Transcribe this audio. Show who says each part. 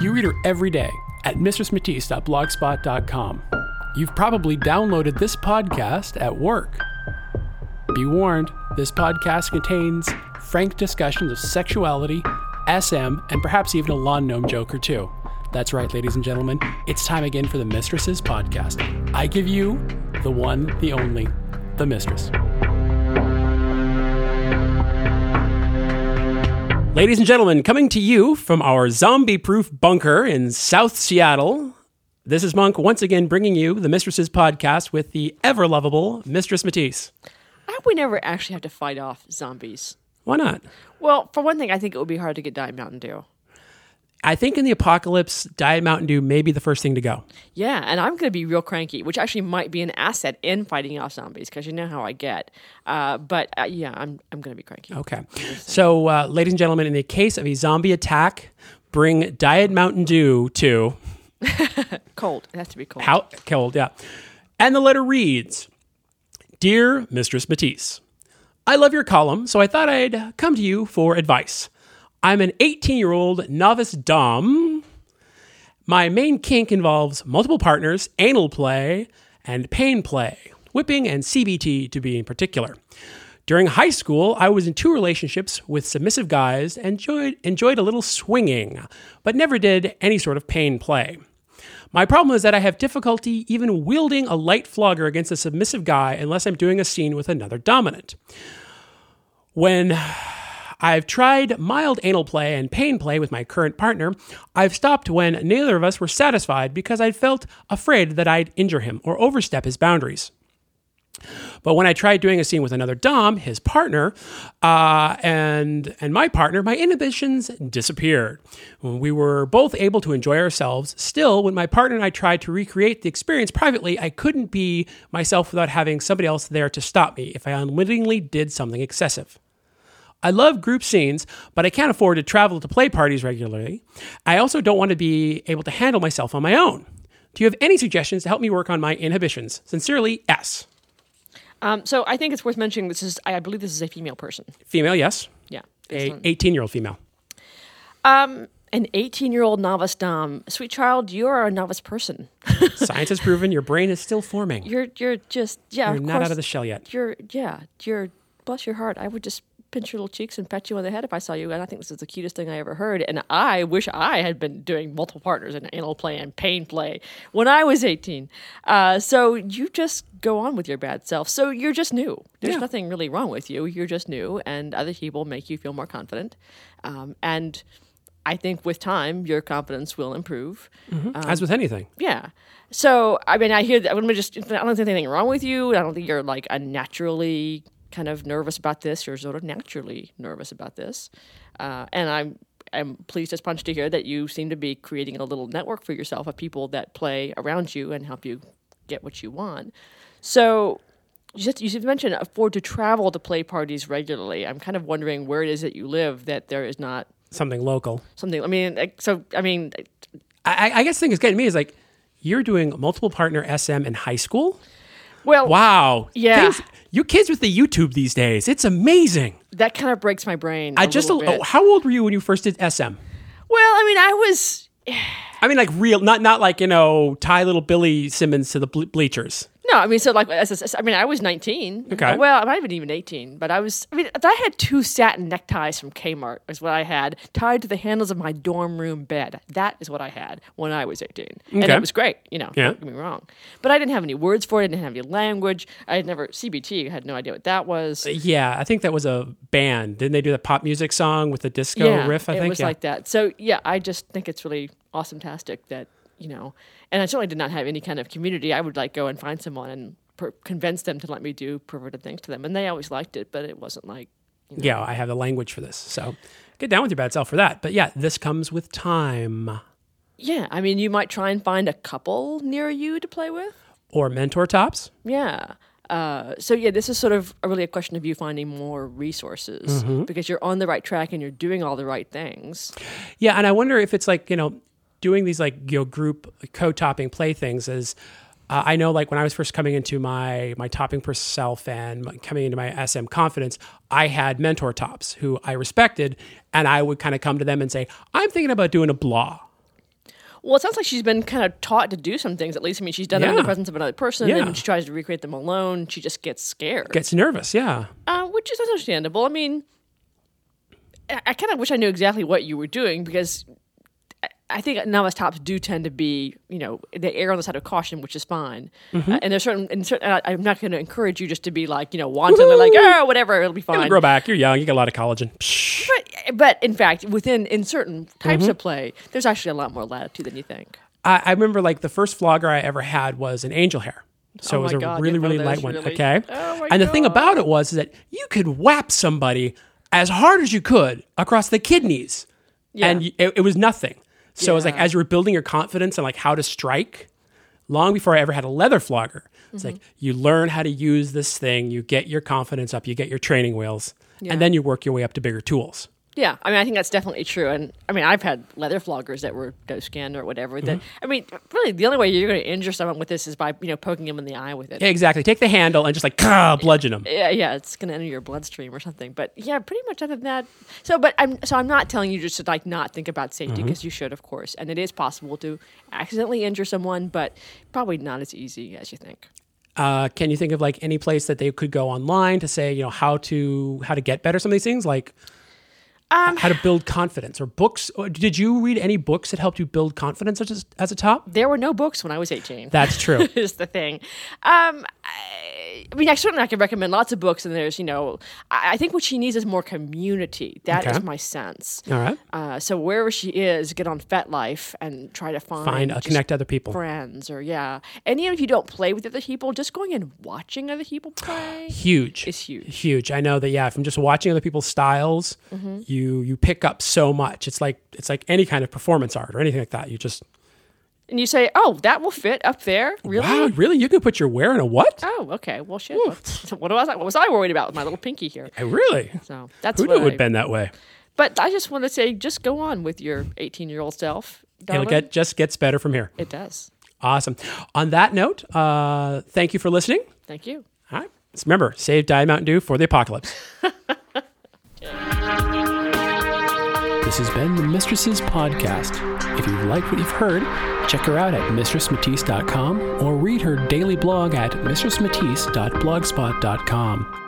Speaker 1: You read her every day at mistressmatisse.blogspot.com. You've probably downloaded this podcast at work. Be warned, this podcast contains frank discussions of sexuality, SM, and perhaps even a lawn gnome joke or two. That's right, ladies and gentlemen, it's time again for the Mistresses Podcast. I give you the one, the only, the mistress. Ladies and gentlemen, coming to you from our zombie proof bunker in South Seattle, this is Monk once again bringing you the Mistresses Podcast with the ever lovable Mistress Matisse.
Speaker 2: I hope we never actually have to fight off zombies.
Speaker 1: Why not?
Speaker 2: Well, for one thing, I think it would be hard to get Diet Mountain Dew.
Speaker 1: I think in the apocalypse, Diet Mountain Dew may be the first thing to go.
Speaker 2: Yeah, and I'm going to be real cranky, which actually might be an asset in fighting off zombies because you know how I get. Uh, but uh, yeah, I'm I'm going to be cranky.
Speaker 1: Okay. So, uh, ladies and gentlemen, in the case of a zombie attack, bring Diet Mountain Dew to
Speaker 2: Cold. It has to be cold.
Speaker 1: how cold, yeah. And the letter reads Dear Mistress Matisse, I love your column, so I thought I'd come to you for advice. I'm an 18 year old novice Dom. My main kink involves multiple partners, anal play, and pain play, whipping and CBT to be in particular. During high school, I was in two relationships with submissive guys and enjoyed, enjoyed a little swinging, but never did any sort of pain play. My problem is that I have difficulty even wielding a light flogger against a submissive guy unless I'm doing a scene with another dominant. When I've tried mild anal play and pain play with my current partner, I've stopped when neither of us were satisfied because I felt afraid that I'd injure him or overstep his boundaries. But when I tried doing a scene with another Dom, his partner, uh, and and my partner, my inhibitions disappeared. We were both able to enjoy ourselves. Still, when my partner and I tried to recreate the experience privately, I couldn't be myself without having somebody else there to stop me if I unwittingly did something excessive. I love group scenes, but I can't afford to travel to play parties regularly. I also don't want to be able to handle myself on my own. Do you have any suggestions to help me work on my inhibitions? Sincerely, S.
Speaker 2: Um, so I think it's worth mentioning this is I I believe this is a female person.
Speaker 1: Female, yes.
Speaker 2: Yeah.
Speaker 1: A 18 year old female.
Speaker 2: Um, an 18 year old novice Dom, sweet child, you are a novice person.
Speaker 1: Science has proven your brain is still forming. You're,
Speaker 2: You're you're just yeah. of
Speaker 1: not
Speaker 2: course,
Speaker 1: out of the shell yet.
Speaker 2: You're yeah. You're bless your heart. I would just pinch your little cheeks and pat you on the head if I saw you. And I think this is the cutest thing I ever heard. And I wish I had been doing multiple partners and anal play and pain play when I was 18. Uh, so you just go on with your bad self. So you're just new. There's
Speaker 1: Yeah.
Speaker 2: nothing really wrong with you. You're just new, and other people make you feel more confident. Um, and I think with time, your confidence will improve.
Speaker 1: As with anything.
Speaker 2: Yeah. So I mean, I hear that. I'm gonna just. I don't think there's anything wrong with you. I don't think you're like unnaturally kind of nervous about this. You're sort of naturally nervous about this, uh, and I'm. I'm pleased as punch to hear that you seem to be creating a little network for yourself of people that play around you and help you get what you want. So you said you said mention afford to travel to play parties regularly. I'm kind of wondering where it is that you live that there is not
Speaker 1: Something local.
Speaker 2: something. I mean, like, so I mean,
Speaker 1: I, I guess the thing that's getting me is like, you're doing multiple partner SM in high school?
Speaker 2: well,
Speaker 1: Wow.
Speaker 2: Yeah.
Speaker 1: Things- you kids with the YouTube these days, it's amazing.
Speaker 2: that kind of breaks my brain.
Speaker 1: I
Speaker 2: I
Speaker 1: just, oh, how old were you when you first did SM?
Speaker 2: well, I mean, I was
Speaker 1: I mean, like real, not not like you know, tie little Billy Simmons to the ble- bleachers.
Speaker 2: no, I mean, so like, as, as- I mean, I was nineteen.
Speaker 1: Okay.
Speaker 2: Well, I'm not even even eighteen, but I was. I mean, I had two satin neckties from Kmart. Is what I had tied to the handles of my dorm room bed. That is what I had when I was eighteen, and
Speaker 1: Okay.
Speaker 2: it was great. You know,
Speaker 1: Yeah.
Speaker 2: don't get me wrong, but I didn't have any words for it. I didn't have any language. I had never CBT. I had no idea what that was.
Speaker 1: Yeah, I think that was a band. Didn't they do the pop music song with the disco riff? I
Speaker 2: it
Speaker 1: think
Speaker 2: was
Speaker 1: yeah.
Speaker 2: like that. So yeah, I just think it's really awesome tastic that you know, and I certainly did not have any kind of community. I would like go and find someone and per- convince them to let me do perverted things to them, and they always liked it, but it wasn't like
Speaker 1: yeah, I have the language for this. So get down with your bad self for that. But yeah, this comes with time
Speaker 2: yeah. I mean, you might try and find a couple near you to play with.
Speaker 1: or mentor tops.
Speaker 2: Yeah. Uh, so yeah, this is sort of a, really a question of you finding more resources
Speaker 1: Mm-hmm.
Speaker 2: because you're on the right track and you're doing all the right things.
Speaker 1: Yeah, and I wonder if it's like you know, doing these like you know group co-topping play things is. Uh, I know, like when I was first coming into my my topping for self and my- coming into my SM confidence, I had mentor tops who I respected, and I would kind of come to them and say, "I'm thinking about doing a blah."
Speaker 2: Well, it sounds like she's been kind of taught to do some things. At least, I mean, she's done them in the
Speaker 1: Yeah.
Speaker 2: presence of another person,
Speaker 1: Yeah.
Speaker 2: and when she tries to recreate them alone, she just gets scared,
Speaker 1: Gets nervous, yeah.
Speaker 2: uh, which is understandable. I mean, I, I kind of wish I knew exactly what you were doing because I, I think novice tops do tend to be, you know, they err on the side of caution, which is fine.
Speaker 1: Mm-hmm.
Speaker 2: Uh, and there's certain, and certain and I, am not going to encourage you just to be like, you know, wantonly like, oh, whatever, it'll be fine.
Speaker 1: Grow back. You're young. You got a lot of collagen. Psh.
Speaker 2: But, but in fact, within in certain types
Speaker 1: Mm-hmm.
Speaker 2: of play, there's actually a lot more latitude than you think.
Speaker 1: I, I remember like the first flogger I ever had was an angel hair. So
Speaker 2: Oh
Speaker 1: it was
Speaker 2: my
Speaker 1: a
Speaker 2: God,
Speaker 1: really,
Speaker 2: yeah, one
Speaker 1: really
Speaker 2: of
Speaker 1: light
Speaker 2: those
Speaker 1: one.
Speaker 2: really-
Speaker 1: Okay.
Speaker 2: Oh my
Speaker 1: and the thing about it was that you could whap somebody as hard as you could across the kidneys. And y- it, it was nothing. So it was like
Speaker 2: Yeah.
Speaker 1: as you were building your confidence and like how to strike, long before I ever had a leather flogger, it's
Speaker 2: Mm-hmm.
Speaker 1: like you learn how to use this thing, you get your confidence up, you get your training wheels, and then you work your way up to bigger tools.
Speaker 2: Yeah, I mean, I think that's definitely true. And I mean, I've had leather floggers that were doe skinned or whatever. That I mean, really, the only way you're going to injure someone with this is by you know poking them in the eye with it. Yeah,
Speaker 1: Exactly. Take the handle and just like "Kah," bludgeon them.
Speaker 2: yeah, it's going to enter your bloodstream or something. But yeah, pretty much other than that. So, but I'm so I'm not telling you just to like not think about safety because you should, of course. And it is possible to accidentally injure someone, but probably not as easy as you think.
Speaker 1: Uh, can you think of like any place that they could go online to say you know how to how to get better some of these things like
Speaker 2: Um,
Speaker 1: how to build confidence or books? Or did you read any books that helped you build confidence as a, as a top?
Speaker 2: There were no books when I was 18.
Speaker 1: That's true.
Speaker 2: is the thing. Um, I, I mean, I certainly I can recommend lots of books, and there's you know, I, I think what she needs is more community. That is
Speaker 1: Okay.
Speaker 2: my sense.
Speaker 1: All right,
Speaker 2: Uh, so wherever she is, get on FetLife and try to find,
Speaker 1: find uh,
Speaker 2: just
Speaker 1: connect other people.
Speaker 2: friends or yeah. And even if you don't play with other people, just going and watching other people play.
Speaker 1: Huge.
Speaker 2: It's huge. Mm-hmm.
Speaker 1: Huge. I know that. Yeah, from just watching other people's styles, you you pick up so much. It's like it's like any kind of performance art or anything like that. You just
Speaker 2: And you say, "Oh, that will fit up there." Really?
Speaker 1: wow, really? You can put your wear in a what?
Speaker 2: Oh, okay. Well, shit. What, what was I? What was I worried about with my little pinky here?
Speaker 1: I really?
Speaker 2: So that's
Speaker 1: Who knew
Speaker 2: what
Speaker 1: it would
Speaker 2: I-
Speaker 1: bend that way?
Speaker 2: But I just want to say, just go on with your 18-year-old self.
Speaker 1: It'll
Speaker 2: Donovan.
Speaker 1: get just gets better from here.
Speaker 2: It does.
Speaker 1: Awesome. On that note, uh, thank you for listening.
Speaker 2: Thank you.
Speaker 1: All right. Just remember, save Diet Mountain Dew for the apocalypse. this has been the Mistresses Podcast. If you like what you've heard, check her out at mistressmatisse.com or read her daily blog at mistressmatisse.blogspot.com.